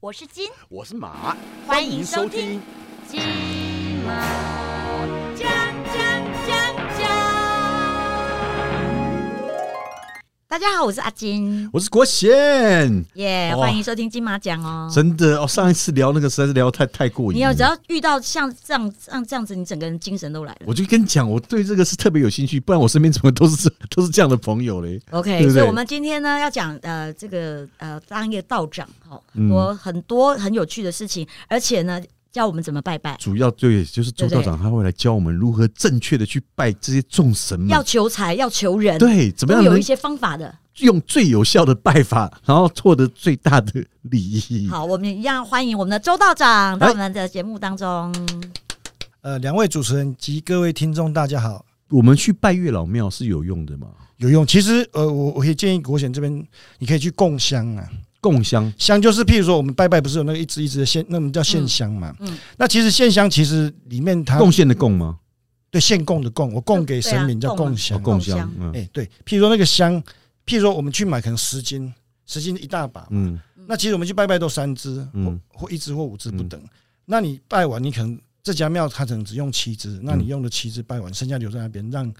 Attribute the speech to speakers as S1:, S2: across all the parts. S1: 我是金
S2: 我是马，
S1: 欢迎收听。金毛讲讲讲讲。大家好，我是阿金，
S2: 我是国贤，
S1: 耶、
S2: 哦
S1: 欢迎收听金马奖哦。
S2: 真的哦，上一次聊那个实在是聊得太太过瘾了。
S1: 你有只要遇到像这样、像这样子，你整个人精神都来了。
S2: 我就跟你讲，我对这个是特别有兴趣，不然我身边怎么都是 这都是这样的朋友嘞。
S1: OK，
S2: 对不对
S1: 所以我们今天呢要讲呃这个呃当一个道长，好、
S2: 嗯
S1: 多很多很有趣的事情，而且呢教我们怎么拜拜，
S2: 主要对，就是周
S1: 对
S2: 道
S1: 不对
S2: 长他会来教我们如何正确的去拜这些众神们
S1: 要，求财，要求人，，
S2: 对，怎么
S1: 都
S2: 样
S1: 有
S2: 能
S1: 一些方法的。
S2: 用最有效的拜法，然后获得最大的利益。
S1: 好，我们一样欢迎我们的周道长到
S2: 嗯哎
S1: 我们的节目当中。
S3: 呃，两位主持人及各位听众，大家好，
S2: 我们去拜月老庙是有用的嘛？
S3: 有用。其实，呃，我我可以建议国贤这边，你可以去供香啊。
S2: 供香，
S3: 香就是，譬如说我们拜拜不是有那个一支一支的线，那我们叫线香嘛。
S1: 嗯嗯
S3: 那其实线香其实里面它
S2: 贡献的供吗？
S3: 对献供的供，我供给神明
S1: 对啊供
S3: 叫
S1: 啊
S3: 供
S2: 哦
S3: 香。
S2: 供
S1: 香
S2: 香，嗯
S3: 哎、对，譬如说那个香，譬如说我们去买可能十斤，十斤一大把，
S2: 嗯，
S3: 那其实我们去拜拜都三支，
S2: 嗯
S3: 或或一支或五支不等。那你拜完，你可能这家庙它可能只用七
S2: 嗯
S3: 支，那你用了七支拜完，剩下留在那边，让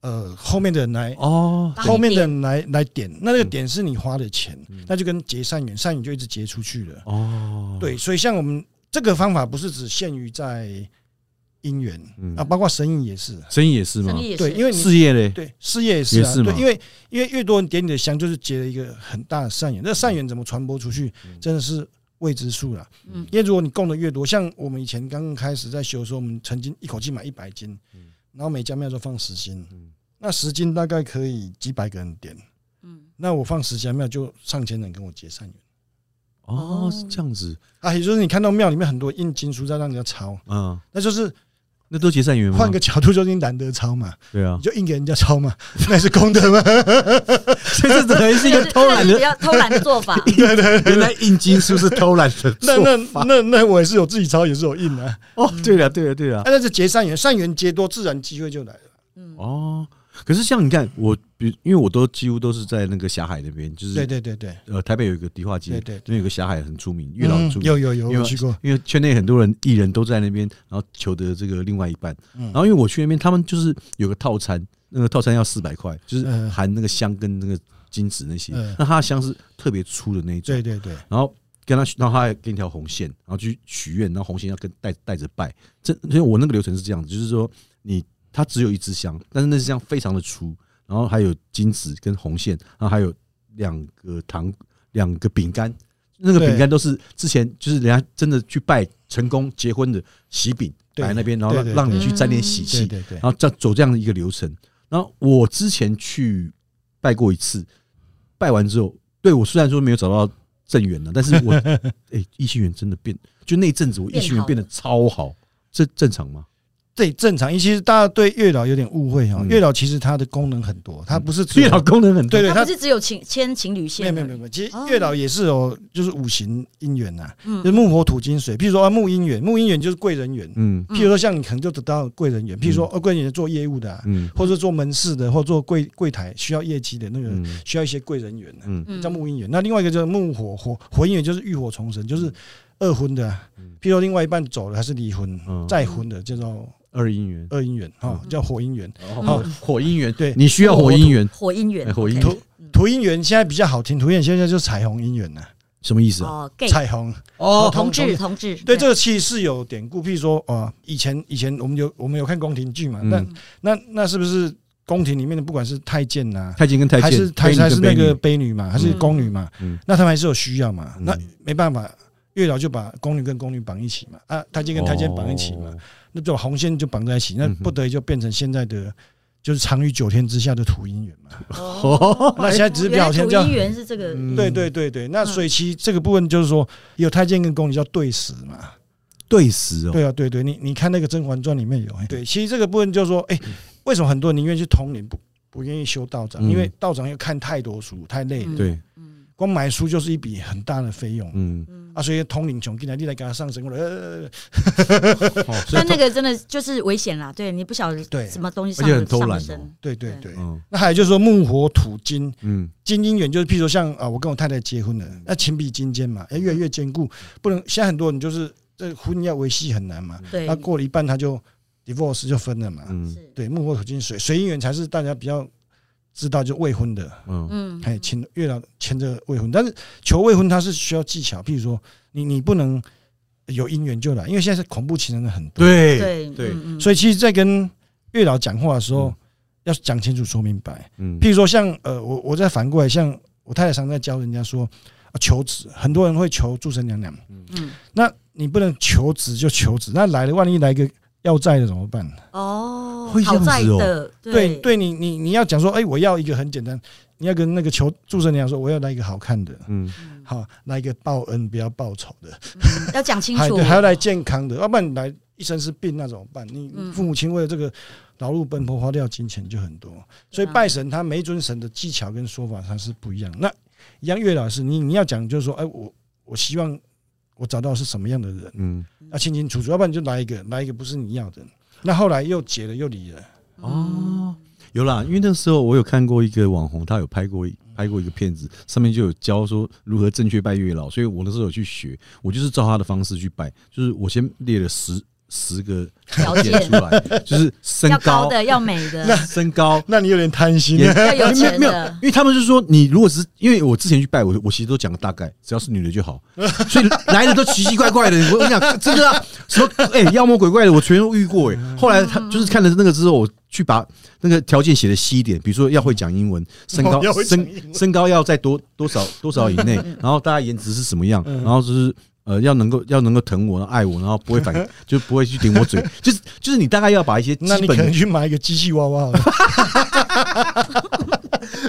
S3: 呃后面的人来，
S2: 哦，
S1: 帮
S2: 对
S1: 你
S3: 后面的
S1: 点
S3: 人来来点。那那个点是你花的钱
S2: 嗯，
S3: 那就跟结善缘，善缘就一直结出去了。
S2: 哦，
S3: 对，所以像我们这个方法不是只限于在姻缘
S2: 嗯
S3: 啊，包括生意也是，
S2: 生意也是吗
S1: 生？意也
S3: 对，
S1: 是，
S3: 因为你
S2: 事业嘞，
S3: 对，事业也是
S2: 也
S3: 啊，
S2: 是嘛
S3: 对，因为因为越多人点你的香，就是结了一个很大的善缘。那善缘怎么传播出去，真的是未知数啦。
S1: 嗯
S3: 因为如果你供的越多，像我们以前刚刚开始在修的时候，我们曾经一口气买一百斤，然后每家庙都放十斤
S2: 嗯，
S3: 那十斤大概可以几百个人点，
S1: 嗯，
S3: 那我放十家庙就上千人跟我结善缘。
S2: 哦
S1: 哦，
S2: 是这样子，
S3: 啊，也就是你看到庙里面很多印经书在让人家抄，
S2: 嗯，
S3: 那就是
S2: 那都结善缘吗？
S3: 换个角度就是你懒得抄嘛，
S2: 对啊
S3: 你，就硬给人家抄 嘛，那也是功德嘛。
S2: 所以 这等于是一个偷懒
S1: 就是比，
S2: 的
S1: 较偷懒的做法。
S2: 原来印经是不是偷懒 的
S3: 那
S2: 做
S3: 那那那我也是有自己抄，也是有印的、啊。
S2: 哦，对了，对了，对了
S3: 啊，，那是结善缘，善缘结多，自然机会就来了。
S1: 嗯，
S2: 哦，可是像你看我，比因为我都几乎都是在那个霞海那边，就
S3: 对
S2: 是
S3: 对对对，
S2: 呃台北有一个迪化街，
S3: 对对对
S2: 那边有个霞海很出名，月老很
S3: 嗯
S2: 出名，
S3: 有有有，
S2: 因为
S3: 我去过。
S2: 因为圈内很多人艺人都在那边，然后求得这个另外一半，
S3: 嗯
S2: 然后因为我去那边，他们就是有个套餐，那个套餐要四百块，就是
S3: 嗯
S2: 含那个香跟那个金子那些
S3: 嗯，
S2: 那它的香是特别粗的那一种。
S3: 对对对，
S2: 然后跟他，然后他还给你条红线，然后去许愿，然后红线要跟带带着拜。这所以我那个流程是这样子，就是说你它只有一支香，但是那支香非常的粗，然后还有金子跟红线，然后还有两个糖两个饼干。那个
S3: 对
S2: 饼干都是之前就是人家真的去拜成功结婚的喜饼
S3: 对
S2: 摆在那边，然后让
S3: 对对
S2: 让你
S1: 对
S2: 去沾点喜
S3: 对
S2: 气，
S3: 对对
S2: 然，后这样走这样的一个流程。然后我之前去拜过一次，拜完之后，对我虽然说没有找到正缘了，但是 我哎异性缘真的变，就那一阵子我异性缘变得超好，这正常吗？
S3: 对正常。其实大家对月老有点误会哈，
S2: 嗯
S3: 月老其实它的功能很多，它不是只有
S2: 月老功能很多
S3: 对，对，
S1: 它
S3: 它
S1: 不是只有情牵情侣
S3: 没有
S1: 线，
S3: 没有没有，没有其实
S1: 哦
S3: 月老也是有就是五行姻缘呐，
S1: 嗯
S3: 就是木火土金水。譬如说啊木姻缘，木姻缘就是贵人缘。
S2: 嗯
S1: 嗯
S3: 譬如说像你可能就得到贵人缘，譬如说哦贵人缘做业务的啊，
S2: 嗯
S3: 或者做门市的，或做柜柜台需要业绩的那个人，
S2: 嗯
S3: 需要一些贵人缘啊
S2: 嗯
S3: 叫木姻缘。那另外一个就是木火火火姻缘，就是浴火重生，
S2: 嗯
S3: 就是二婚的啊。譬如说另外一半走了，还是离婚
S2: 嗯
S3: 再婚的，叫做
S2: 二姻缘，
S3: 二姻缘哈，
S2: 嗯
S3: 叫火姻缘。
S2: 哦火姻缘，
S3: 对
S2: 你需要火姻缘，
S1: 火姻缘
S2: 哎，火姻
S1: OK
S2: 缘
S3: 土土姻缘现在比较好听，土姻缘现在就是彩虹姻缘呐，
S2: 什么意思啊？
S1: 哦，gay
S3: 彩虹。
S2: 哦
S1: 同志同志，
S3: 对这个其实是有典故，譬如说啊，以前以前我们有我们有看宫廷剧嘛，那
S2: 嗯
S3: 那那是不是宫廷里面的不管是太监呐、
S2: 太监跟太
S3: 还是
S2: 监，
S3: 还是
S2: 妃
S3: 还
S2: 女
S3: 是
S2: 跟妃
S3: 那个
S2: 女
S3: 婢女嘛，还是宫女嘛
S2: 嗯，
S3: 那他们还是有需要嘛，
S2: 嗯
S3: 那没办法，月老就把宫女跟宫女绑一起嘛，啊，太监跟太监绑一起嘛，
S2: 哦
S3: 那就把红线就绑在一起，那
S2: 嗯哼
S3: 不得已就变成现在的就是长于九天之下的土姻缘嘛。
S1: 哦，
S3: 那现在只是
S1: 原来
S3: 表现
S1: 土
S3: 这样
S1: 姻缘是这个，
S2: 嗯
S3: 对对对对，那所以其实这个部分就是说，有太监跟宫女叫对食嘛。
S2: 嗯对时哦，
S3: 对啊，对对，你你看那个《甄嬛传》里面有，
S2: 嗯
S3: 哎对，其实这个部分就是说，哎，为什么很多人宁愿去通灵不不愿意修道长？
S2: 嗯
S3: 因为道长要看太多书，太累了，
S1: 嗯
S2: 对，
S1: 嗯
S3: 光买书就是一笔很大的费用。
S2: 嗯
S1: 嗯
S3: 啊，啊，所以通灵穷进来，你来给他上身，我来呃，
S2: 哦，所以
S1: 但那个真的就是危险啦，对你不晓得
S3: 对
S1: 什么东西上
S2: 而且
S1: 得
S2: 很偷
S1: 上
S2: 懒
S1: 得
S2: 哦
S1: 身，
S3: 对对对。
S2: 嗯
S3: 那还有就是说木火土金，
S2: 嗯
S3: 金姻缘就是，譬如说像啊，我跟我太太结婚了，那情比金坚嘛，哎，越来越坚固，不能现在很多人就是这婚要维系很难嘛，
S1: 对
S3: 那，过了一半他就 divorce 就分了嘛，
S2: 嗯
S1: 是，
S3: 对，木火土金水水姻缘才是大家比较知道就未婚的，
S2: 嗯
S1: 嗯，
S3: 哎，签月老签这个未婚，但是求未婚它是需要技巧，譬如说你你不能有姻缘就来，因为现在是恐怖情人的很多，
S2: 对
S1: 对
S2: 对
S1: 嗯嗯
S3: 所以其实，在跟月老讲话的时候
S2: 嗯，
S3: 要讲清楚说明白。
S2: 嗯
S3: 譬如说像呃，我我再反过来，像我太太常在教人家说啊求子，很多人会求祝生娘娘，
S1: 嗯
S3: 那你不能求子就求子，那来了万一来个要债的怎么办？
S1: 哦
S2: 会，这
S1: 好
S2: 样
S1: 在
S2: 子哦
S1: 的，
S3: 对，
S1: 对
S3: 对你你你要讲说，哎，我要一个很简单，你要跟那个求祝生娘娘说，我要来一个好看的。
S2: 嗯
S1: 嗯
S3: 好，来一个报恩，不要报仇的，
S1: 嗯要讲清
S3: 还
S1: 楚，
S3: 哎对，还要来健康的，要不然你来一身是病那怎么办？你
S1: 嗯
S3: 父母亲为了这个劳碌奔波，花掉金钱就很多，所以
S1: 对啊
S3: 拜神他每一尊神的技巧跟说法它是不一样。那一样月老师，你你要讲就是说，哎，我我希望我找到是什么样的人，
S2: 嗯
S3: 要清清楚楚，要不然你就来一个，来一个不是你要的。那后来又结了又离了，
S2: 哦，有啦，因为那时候我有看过一个网红，他有拍过一拍过一个片子，上面就有教说如何正确拜月老，所以我那时候有去学，我就是照他的方式去拜，就是我先列了十十个条件
S1: 条件
S2: 出来，就是身
S1: 要高
S2: 高、
S1: 的，要美的，
S2: 身高、
S3: 那你有点贪心
S2: 颜
S1: 要
S3: 了。
S1: 有
S2: 没有
S1: 钱
S2: 没有，
S1: 的
S2: 因，为他们是说，你如果只是因为我之前去拜，我我其实都讲个大概，只要是女的就 好，所以来的都奇奇怪怪的。我跟你讲， 这个、啊、什么哎、妖魔鬼怪的，我全都遇过哎、
S3: 嗯
S2: 后来他就是看了那个之后，我去把那个条件写的细一点，比如说要会讲英文，身高
S3: 哦要会讲
S2: 身
S3: 英文嗯
S2: 身高要在多多少多少以内， 然后大家颜值是什么样，然后就是。呃，要能够要能够疼我、爱我，然后不会反， 就不会去顶我嘴，就是就是你大概要把一些基
S3: 那你可
S2: 本的
S3: 能去买一个机器娃 娃好了，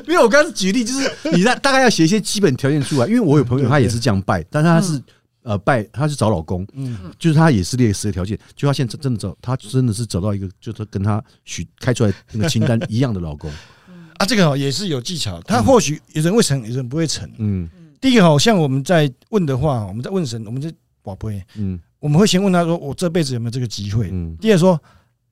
S2: 因为我刚刚举例就是你大大概要写一些基本条件出来，因为我有朋友他也是这样拜，但是他是呃拜他是找老公，
S3: 嗯
S2: 就是他也是列十个条件，就他现在真的找他真的是找到一个就是跟他许开出来那个清单一样的老 公，
S3: 啊，这个哦也是有技巧，他或许有人会成，有人不会成。
S2: 嗯
S3: 第一个好像我们在问的话，我们在问神，我们在宝贝，
S2: 嗯
S3: 我们会先问他说：“我这辈子有没有这个机会
S2: 嗯？”
S3: 第二说：“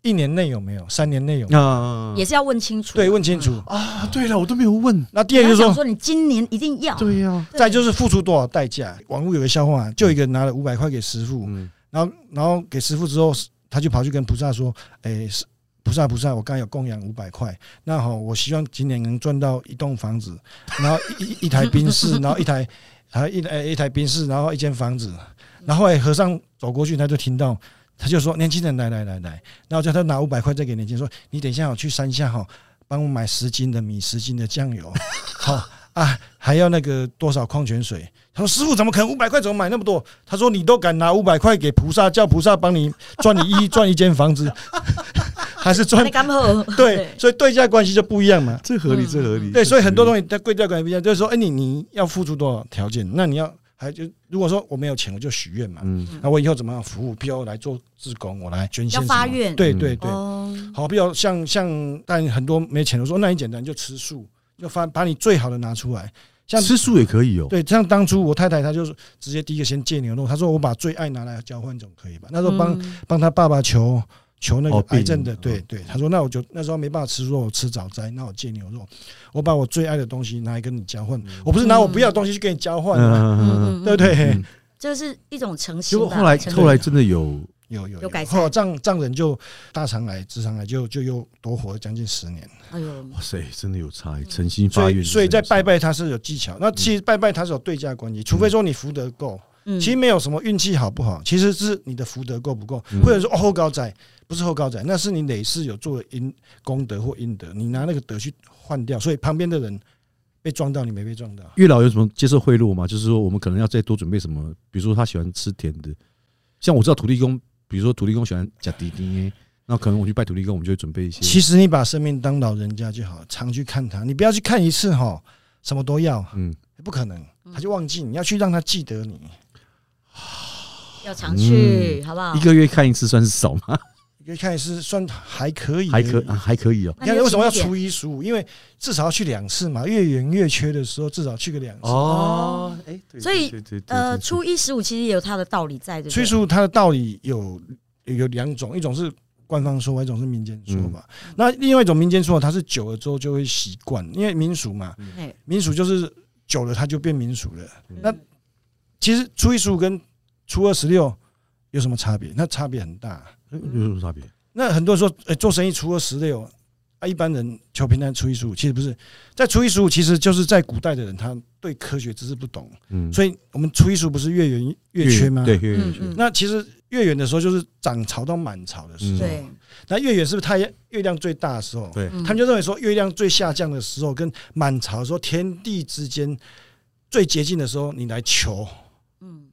S3: 一年内有没有？三年内有没有
S2: 啊
S1: 也是要问清楚，嗯
S3: 对，问清楚。
S2: 啊对了，我都没有问，”
S3: 那第
S1: 你
S3: 二个
S1: 要
S3: 就是
S1: 想
S3: 说，
S1: 说你今年一定要，
S2: 对呀，
S1: 对
S3: 再就是付出多少代价。网络有个笑话，就有一个人拿了五百块给师傅，
S2: 嗯
S3: 然后然后给师傅之后，他就跑去跟菩萨说：“哎，是菩萨菩萨，我刚才有供养五百块，那好，我希望今年能赚到一栋房子， 然后一一一台宾士，然后一台还有一台一台宾士，然后一间房子。”然后后来和尚走过去，他就听到。他就说：“年轻人，来来来来，然后叫他拿五百块再给年轻人说，你等一下我去山下哈、帮我买十斤的米，十斤的酱油， 好、啊，还要那个多少矿泉水？他说师傅怎么可能五百块怎么买那么多？他说你都敢拿五百块给菩萨，叫菩萨帮你赚你一赚一间房子， 还是赚
S1: 那刚好
S3: 对，所以对价关系就不一样嘛。
S2: 这合理
S1: 嗯
S2: 这合理，
S3: 对，所以很多东
S2: 西
S3: 西在对价关系不一样，就是说，哎，你你要付出多少条件？那你要还就如果说我没有钱，我就许愿嘛。
S2: 嗯
S3: 那我以后怎么样服务？譬如我来做志工，我来捐献
S1: 要
S3: 什么，
S1: 发愿
S3: 对对
S2: 嗯
S3: 对，
S1: 哦，
S3: 好，比如像像，但很多没钱的说，那你简单就吃素，就发把你最好的拿出来。像
S2: 吃素也可以哦，
S3: 对，像当初我太太她就是直接第一个先戒牛肉，她说我把最爱拿来交换总可以吧？那时候帮
S1: 嗯
S3: 帮她爸爸求求那个
S2: 哦病
S3: 癌症的，
S2: 人
S3: 对
S2: 哦
S3: 对，她说那我就那时候没办法吃肉，我吃早斋，那我戒牛肉，我把我最爱的东西拿来跟你交换，我不是拿我不要的东西去跟你交换啊，
S2: 嗯，
S3: 对不对
S2: 嗯？
S1: 这是一种诚
S2: 结
S1: 心吧。
S2: 果后来
S1: 诚意
S2: 后来真的有
S3: 有有
S1: 有改善
S3: 后来丈丈人就大肠癌、直肠癌就就又多活了将近十年。
S1: 哎呦，
S2: 哇塞，真的有差，诚心
S3: 所
S2: 发
S3: 以
S2: 愿，
S3: 所以在拜拜它是有技巧。那其实拜拜它是有对价关
S2: 嗯
S3: 系，除非说你福德够，
S1: 嗯，
S3: 其实没有什么运气好不好，其实是你的福德够不够，
S2: 嗯
S3: 或者说哦后高仔不是后高仔，那是你累世有做的因功德或阴德，你拿那个德去换掉，所以旁边的人被撞到，你没被撞到。
S2: 月老有什么接受贿赂吗？就是说，我们可能要再多准备什么，比如说他喜欢吃甜的，像我知道土地公，比如说土地公喜欢加滴滴，那可能我去拜土地公，我们就会准备一些。
S3: 其实你把生命当老人家就好，常去看他，你不要去看一次哈，什么都要，
S2: 嗯，
S3: 不可能，他就忘记，你要去让他记得你。
S1: 要常去，好不好
S3: 嗯
S2: 一？个月看一次算是少吗？
S3: 一一开始是算还可以，
S2: 还可啊还可以哦。
S3: 你看为什么要
S1: 那你有几
S3: 初一十五？因为至少要去两次嘛，月圆月缺的时候至少去个两次。
S1: 哦，
S2: 哎，对
S1: 所以
S2: 对对对对
S1: 呃，
S2: 对
S1: 初一十五其实也有它的道理在，对不
S3: 初一
S1: 对？
S3: 十五它的道理有有两种，一种是官方说法，一种是民间说法。那另外一种民间说法，它是久了之后就会习惯，因为民俗嘛
S2: 嗯
S1: 嘿，
S3: 民俗就是久了它就变民俗了。
S1: 嗯
S3: 那其实初一十五跟初二十六有什么差别？那差别很大。
S2: 哎有什么差别？
S3: 那很多人说，哎、做生意初二十六啊，一般人求平安初一十五，其实不是，在初一十五其实就是在古代的人他对科学知识不懂，
S2: 嗯，
S3: 所以我们初一十五不是月圆月缺吗？
S2: 对，。月圆
S1: 嗯
S2: 月缺
S1: 嗯
S3: 那其实月圆的时候就是涨潮到满潮的时候，
S1: 对，
S3: 那月圆是不是太阳月亮最大的时候？
S2: 对，
S1: 嗯
S3: 他们就认为说月亮最下降的时候跟满潮的时候，天地之间最接近的时候，你来求
S1: 嗯，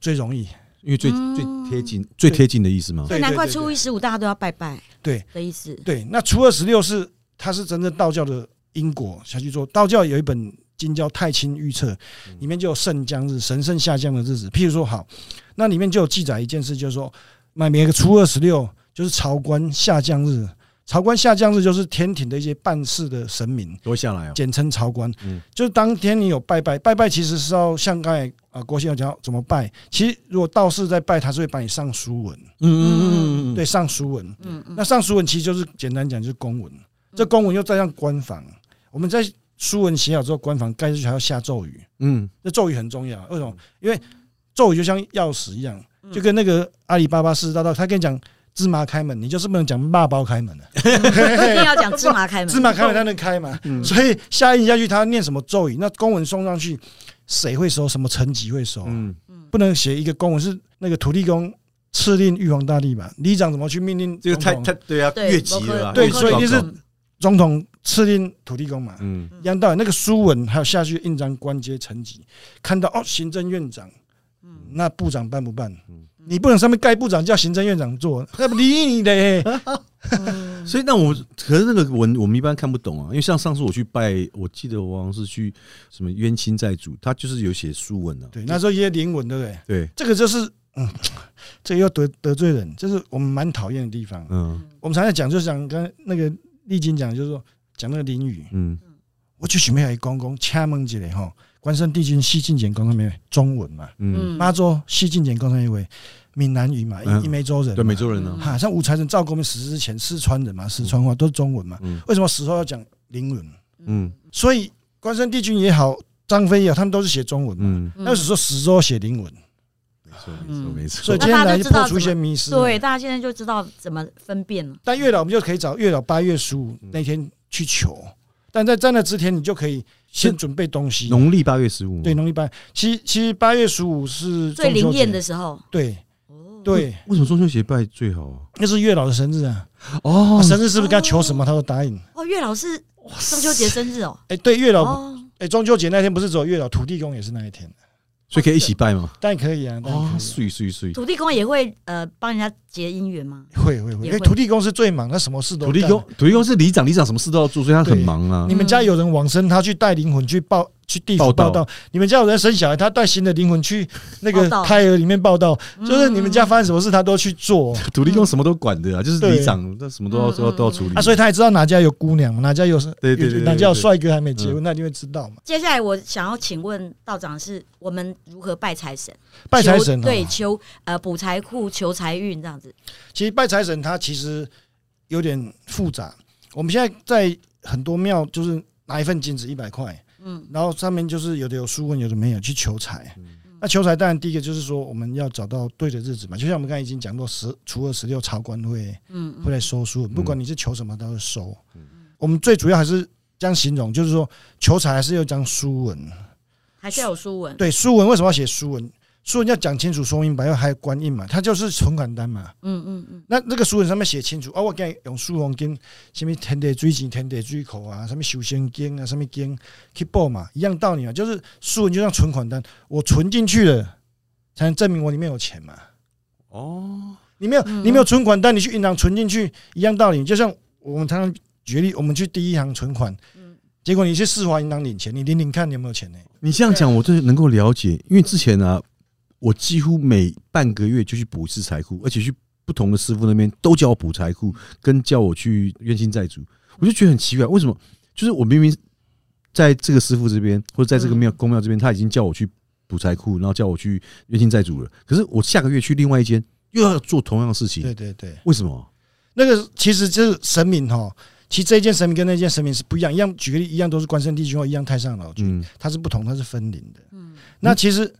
S3: 最容易。
S2: 因为最
S1: 嗯
S2: 最贴近最贴近的意思嘛。
S1: 所以难怪
S3: 对对对
S1: 初一十五大家都要拜拜
S3: 对
S1: 的意思。
S3: 对，那初二十六是它是真正道教的因果下去做。道教有一本经教《太清预测》，
S2: 嗯
S3: 里面就有圣降日、神圣下降的日子。譬如说，好，那里面就有记载一件事，就是说，那每个初二十六就是朝官下降日。朝官下降日就是天庭的一些办事的神明，
S2: 都会下来哦。
S3: 简称朝官。
S2: 嗯
S3: 就是当天你有拜拜，拜拜其实是要像刚才啊郭先生讲怎么拜。其实如果道士在拜，他是会帮你上书文，
S2: 嗯嗯嗯嗯，
S3: 对，上书文。
S1: 嗯嗯，
S3: 那上书文其实就是简单讲就是公文，这公文又再上官房，我们在书文写好之后，官房盖上去还要下咒语，
S2: 嗯，
S3: 这咒语很重要，为什么？因为咒语就像钥匙一样，就跟那个阿里巴巴四十大盗，他跟你讲芝麻开门，你就是不能讲骂包开门的、
S1: 一 定要讲芝麻开门。
S3: 芝麻开门才能开
S1: 嗯
S2: 嗯
S3: 嘛，所以下印下去，他念什么咒语，那公文送上去，谁会收，什么层级会收，
S2: 嗯
S3: 不能写一个公文是那个土地公敕令玉皇大帝吧，里长怎么去命令
S2: 这个
S3: 总
S2: 太
S3: 统
S2: 太对啊，
S1: 对
S2: 越级了啦，
S3: 对
S2: 越级
S3: 所以
S2: 状
S3: 一定是
S2: 况
S3: 总统敕令土地公嘛，
S2: 嗯
S3: 一样道理。那个书文还有下去印章官阶层级，看到哦，行政院长，那部长办不办
S2: 嗯？
S3: 你不能上面盖部长叫行政院长 做，那不理你的欸。
S1: 嗯
S2: 所以那我可是那个文我们一般看不懂啊，因为像上次我去拜，我记得我好像是去什么冤亲债主，他就是有写书文啊。
S3: 对，那时候一些灵文，对不对？
S2: 对，
S3: 这个就是，嗯，这个又得得罪人，这是我们蛮讨厌的地方。
S2: 嗯
S3: 我们常常讲，就是讲跟那个丽晶讲，就是说讲那个淋雨，
S2: 嗯，
S3: 我就想要来讲讲，请问一下吼，关圣帝君西晋简讲什么中文嘛？
S2: 嗯，
S1: 嗯
S3: 妈祖西晋简讲什么？闽南语嘛，
S2: 嗯
S3: 一一梅州人嘛，
S2: 对，美洲人啊
S1: 嗯
S2: 呢，
S3: 哈，像吴财神、赵公明实施之前，四川人嘛，四川话都是中文嘛，
S2: 嗯
S3: 为什么死后要讲灵文？
S2: 嗯
S3: 所以关圣帝君也好，张飞也好，他们都是写中文嘛。
S2: 嗯，
S1: 嗯
S3: 那时候死后写灵文，
S2: 没错没错
S1: 嗯
S2: 没
S3: 所
S2: 错
S3: 以。今天来就
S1: 那大家就知道
S3: 破除一些迷失。
S1: 对，，大家现在就知道怎么分辨了。
S3: 但月老我们就可以找月老八月十五那天去求，但在在那之前，你就可以先准备东西。
S2: 农历八月十五，
S3: 对，农历八，其实其实八月十五是
S1: 最灵
S3: 中秋节
S1: 验的，时候，
S3: 对
S1: 哦，
S3: 对，
S2: 为什么中秋节拜最好啊？
S3: 那是月老的生日啊。
S2: 哦
S3: 啊生日是不是跟他求什么，他都答应。
S1: 哦，月老是中秋节生日哦，
S3: 哎，对，月老，
S1: 哦，
S3: 哎，中秋节那天不是只有月老，土地公也是那一天。
S2: 所以可以一起拜嘛？
S3: 但可以啊，但
S2: 哦，
S3: 可
S2: 睡睡睡，
S1: 土地公也会呃帮人家结姻缘吗？
S3: 以会会会，
S1: 哦也
S3: 因
S1: 会
S3: 为土地公是最忙，他什么事都
S2: 土地
S3: 干
S2: 公。，土地公是里长，里长什么事都要做，所以他很忙啊
S3: 你。们家有人往生，他去带灵魂去报去地府
S2: 报道
S3: 报道；你们家有人生小孩，他带新的灵魂去那
S1: 报
S3: 个
S1: 道
S3: 胎儿里面报道。就是你们家
S1: 嗯
S3: 发生什么事，他都去做
S2: 土地公什么都管的啊，就是
S3: 对
S2: 里长，那什么都要都要都要处理
S3: 啊，所以他也知道哪家有姑娘，哪家有
S2: 对对对对嗯
S3: 哪家有帅哥还没结婚，他一定会知道嘛。
S1: 接下来我想要请问道长是，我们如何拜财神？
S3: 拜财
S1: 求
S3: 神哦
S1: 对，求呃补财库、求财运这样子。
S3: 其实拜财神他其实有点复杂。我们现在在很多庙就是拿一份金子一百块，
S1: 嗯
S3: 然后上面就是有的有书问，有的没有去求财。那求财当然第一个就是说我们要找到对的日子嘛，就像我们刚才已经讲过，十初二十六朝官会
S1: 嗯，
S3: 会来收书，不管你是求什么，他会收。我们最主要还是这样形容，就是说求财还是要一张书文。
S1: 还是要有书文。
S3: 对，书文为什么要写书文？书文要讲清楚、说明白，要还有官印嘛，它就是存款单嘛。
S1: 嗯嗯嗯，
S3: 那那个书文上面写清楚，哦，我给你用书红经，什么天地水经、天地水口啊，什么修仙经啊，什么经去报嘛，一样道理嘛，就是书文就像存款单，我存进去了，才能证明我里面有钱嘛。
S2: 哦，
S3: 你没有，
S1: 嗯
S3: 你没有存款单，你去银行存进去，一样道理。就像我们常常举例，我们去第一行存款，
S1: 嗯
S3: 结果你去世华银行领钱，你领领看你有没有钱呢、
S2: 你这样讲，我真的能够了解，因为之前呢、啊，我几乎每半个月就去补一次财库，而且去不同的师傅那边都叫我补财库，跟叫我去冤亲债主，我就觉得很奇怪，为什么？就是我明明在这个师傅这边，或者在这
S3: 嗯
S2: 个庙公庙这边，他已经叫我去补财库，然后叫我去冤亲债主了，可是我下个月去另外一间又要做同样的事
S3: 对
S2: 情，
S3: 对对，
S2: 为什么？
S3: 那个其实就是神明哈，其实这一件神明跟那件神明是不一样，一样举个例，一样都是关圣帝君或一样太上老君，
S2: 嗯，
S3: 它是不同，它是分灵的。
S1: 嗯
S3: 那其实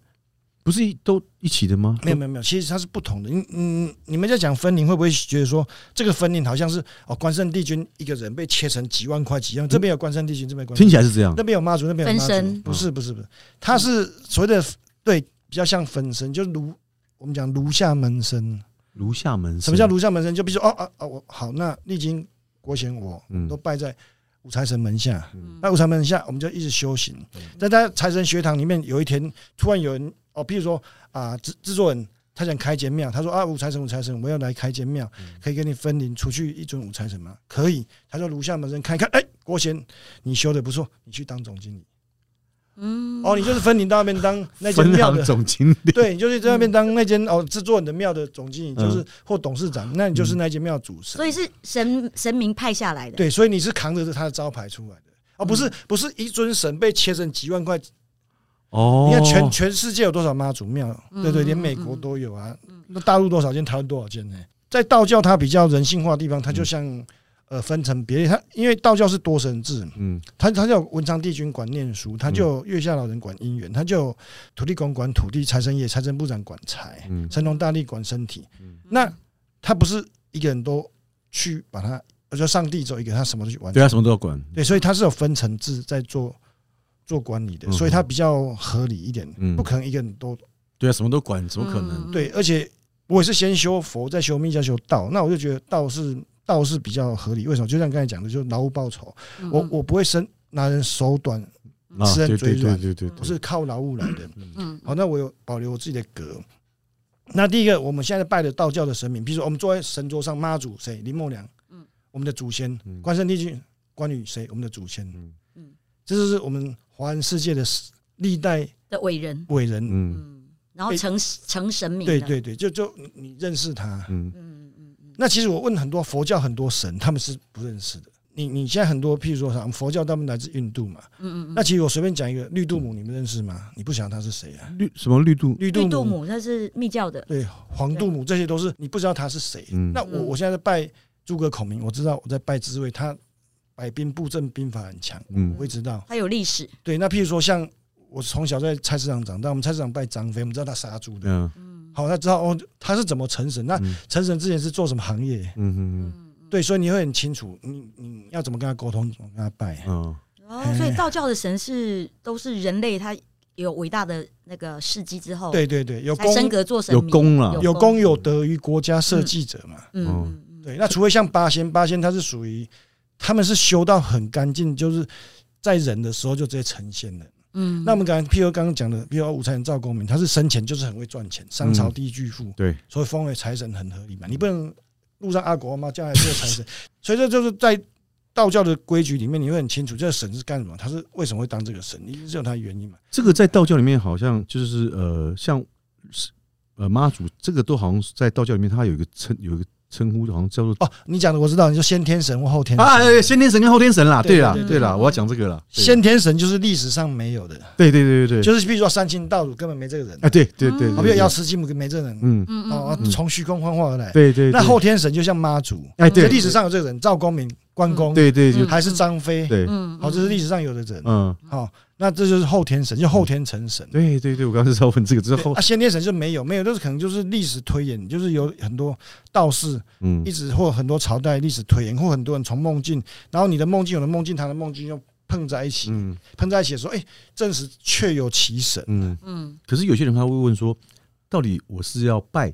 S2: 不是一都一起的吗？
S3: 没有没有没有，其实它是不同的。你嗯，你们在讲分灵，会不会觉得说这个分灵好像是哦，关圣帝君一个人被切成几万块几样，这边有关圣帝君，这边有关
S2: 嗯
S3: 圣
S2: 听嗯起来是这样
S3: 那，边有妈祖，那边有妈
S1: 分
S3: 祖，
S1: 身
S3: 不是不是不是，它是所谓的对，比较像分身，就如我们讲如下门生。
S2: 如下门生。
S3: 什么叫如下门生？就比如说哦啊啊，我好，那历经国贤我
S2: 嗯
S3: 都拜在五财神门下，
S1: 嗯
S3: 那五财门下我们就一直修行
S2: 嗯，
S3: 在他财神学堂里面，有一天突然有人哦，譬如说啊制制作人。他想开间庙，他说啊，五财神，五财神，我要来开间庙，
S2: 嗯
S3: 可以给你分灵出去一尊五财神吗？可以。他说如下门生看一看，哎、国贤，你修的不错，你去当总经理。
S1: 嗯
S3: 哦，你就是分灵到那边当那间
S2: 分
S3: 庙
S2: 行
S3: 的，
S2: 总经理，
S3: 对，你就是在那边当那间哦制作人的庙的总经理，
S2: 嗯
S3: 就是或董事长，那你就是那间庙主神
S1: 所。以是神神明派下来的，
S3: 对，所以你是扛着他的招牌出来的。哦，不是，不是一尊神被切成几万块，
S2: 哦，
S3: 你看全全世界有多少妈祖庙？
S1: 嗯
S3: 对对，连
S1: 嗯
S3: 美国
S1: 嗯
S3: 都有啊。那大陆多少间？台湾多少间呢？在道教它比较人性化的地方，它就像呃分成别类，它因为道教是多神制嘛，
S2: 嗯
S3: 它它就有文昌帝君管念书，它就有月下老人管姻缘，它就有土地公管土地，财神爷、财政部长管财，
S2: 嗯
S3: 神农大帝管身体
S2: 嗯。
S3: 那他不是一个人都去把它，我说上帝只有一个，他什么都去完成
S2: 对。啊，什么都要管，
S3: 对，所以它是有分层制在做做管理的，
S2: 嗯
S3: 所以它比较合理一点
S2: 嗯，
S3: 不可能一个人都
S2: 对啊，什么都管，怎么可
S1: 嗯
S2: 能？
S3: 对。而且我也是先修佛，再修密，再修道，那我就觉得道是道是比较合理。为什么？就像刚才讲的，就是劳务报酬，
S1: 嗯
S3: 我
S1: 嗯
S3: 我不会伸拿人手短，
S2: 啊，
S3: 吃人
S2: 对
S3: 嘴
S2: 对对
S3: 软
S2: 对对，
S3: 我是靠劳务来的。
S1: 嗯
S3: 好，那我有保留我自己的格。那第一个，我们现在拜的道教的神明，比如说我们坐在神桌上，妈祖谁？林默娘，
S1: 嗯
S3: 我们的祖先；
S2: 嗯
S3: 关圣帝君，关羽谁？我们的祖先。
S2: 嗯
S1: 嗯
S3: 这就是我们华人世界的历代
S1: 的伟人，
S3: 伟人。
S2: 嗯
S1: 嗯，然后成成神明，
S3: 哎对，对对，就就你你认识他。
S2: 嗯
S1: 嗯嗯嗯
S3: 那其实我问很多佛教很多神，他们是不认识的。你你现在很多，譬如说啥佛教，他们来自印度嘛。
S1: 嗯嗯，
S3: 那其实我随便讲一个绿度母，你们认识吗？你不晓得他是谁啊？
S2: 绿什么绿度，
S3: 绿
S1: 绿
S3: 度
S1: 度
S3: 母、
S1: 母他是密教的，
S3: 对黄度母，这些都是你不知道他是谁。
S2: 嗯
S3: 那我
S1: 嗯
S3: 我现在在拜诸葛孔明，我知道我在拜知位，他百兵布阵，兵法很强，
S2: 嗯
S3: 我会知道。
S1: 他有历史，
S3: 对，那譬如说像我从小在菜市场长大，我们菜市场拜张飞，我们知道他杀猪的。
S2: 嗯
S3: 好，他知道哦，他是怎么成神？那
S2: 嗯
S3: 成神之前是做什么行业？
S2: 嗯嗯
S3: 对，所以你会很清楚，你你要怎么跟他沟通，怎么跟他拜。
S2: 嗯，
S1: 哦，所
S3: 哎
S1: 以道教的神是都是人类他有伟大的那个事迹之后，，
S3: 对对对，有
S1: 才
S3: 功
S1: 升格做神
S2: 有
S1: 明，
S2: 功了，
S3: 有功哦有德于国家社稷者嘛。
S1: 嗯嗯嗯，
S3: 对，那除非像八仙，八仙他是属于他们是修到很干净，就是在人的时候就直接成仙了。
S1: 嗯，
S3: 那我们刚才譬如刚刚讲的，譬如五财神赵公明，他是生前就是很会赚钱，商
S2: 嗯
S3: 朝第一巨富，
S2: 对，
S3: 所以封为财神很合理嘛。你不能路上阿狗阿猫叫来这个财神， 所以这就是在道教的规矩里面，你会很清楚这个神是干什么，他是为什么会当这个神，一定是有他的原因嘛。
S2: 这个在道教里面好像就是呃，像是呃妈祖这个都好像是在道教里面，它有一个称有一个称呼，好像叫做
S3: 哦，你讲的我知道，你说先天神或后天神，
S2: 啊，哎先天神跟后天神啦，
S3: 对
S2: 对啦
S3: 对
S1: 对
S2: 对啦，
S1: 对
S2: 我要讲这个啦，对
S3: 先天神就是历史上没有的，
S2: 对对对对对，
S3: 就是比如说三清道祖根本没这个人，
S2: 啊对对对，
S1: 嗯
S2: 对
S3: 好比
S2: 对
S3: 有药师金母没这个人，
S2: 嗯
S1: 嗯
S3: 哦，
S1: 嗯，
S3: 从虚空幻化而来。
S2: 对对，对
S3: 那后天神就像妈祖，
S2: 哎对
S3: 在历史上有这个人，赵公明、关公，
S2: 对对就
S3: 还是张飞，
S2: 对
S1: 嗯，
S3: 哦好，这是历史上有的人。
S2: 嗯
S3: 好，那这就是后天神，就后天成神。
S2: 对对对，我刚才是要问这个之
S3: 对
S2: 后
S3: 啊，，先天神就没有，没有，就是可能就是历史推演，就是有很多道士
S2: 嗯
S3: 一直或很多朝代历史推演，或很多人从梦境，然后你的梦境，有的梦境，他的梦境又碰在一起，
S2: 嗯
S3: 碰在一起说，哎，证实确有其神。
S2: 嗯。
S1: 嗯
S2: 可是有些人他会问说，到底我是要拜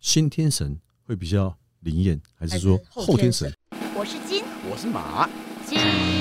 S2: 先天神会比较灵验，还是说
S1: 还是后
S2: 后天
S1: 天
S2: 神
S1: 神？
S4: 我是金
S5: 我是马，
S1: 金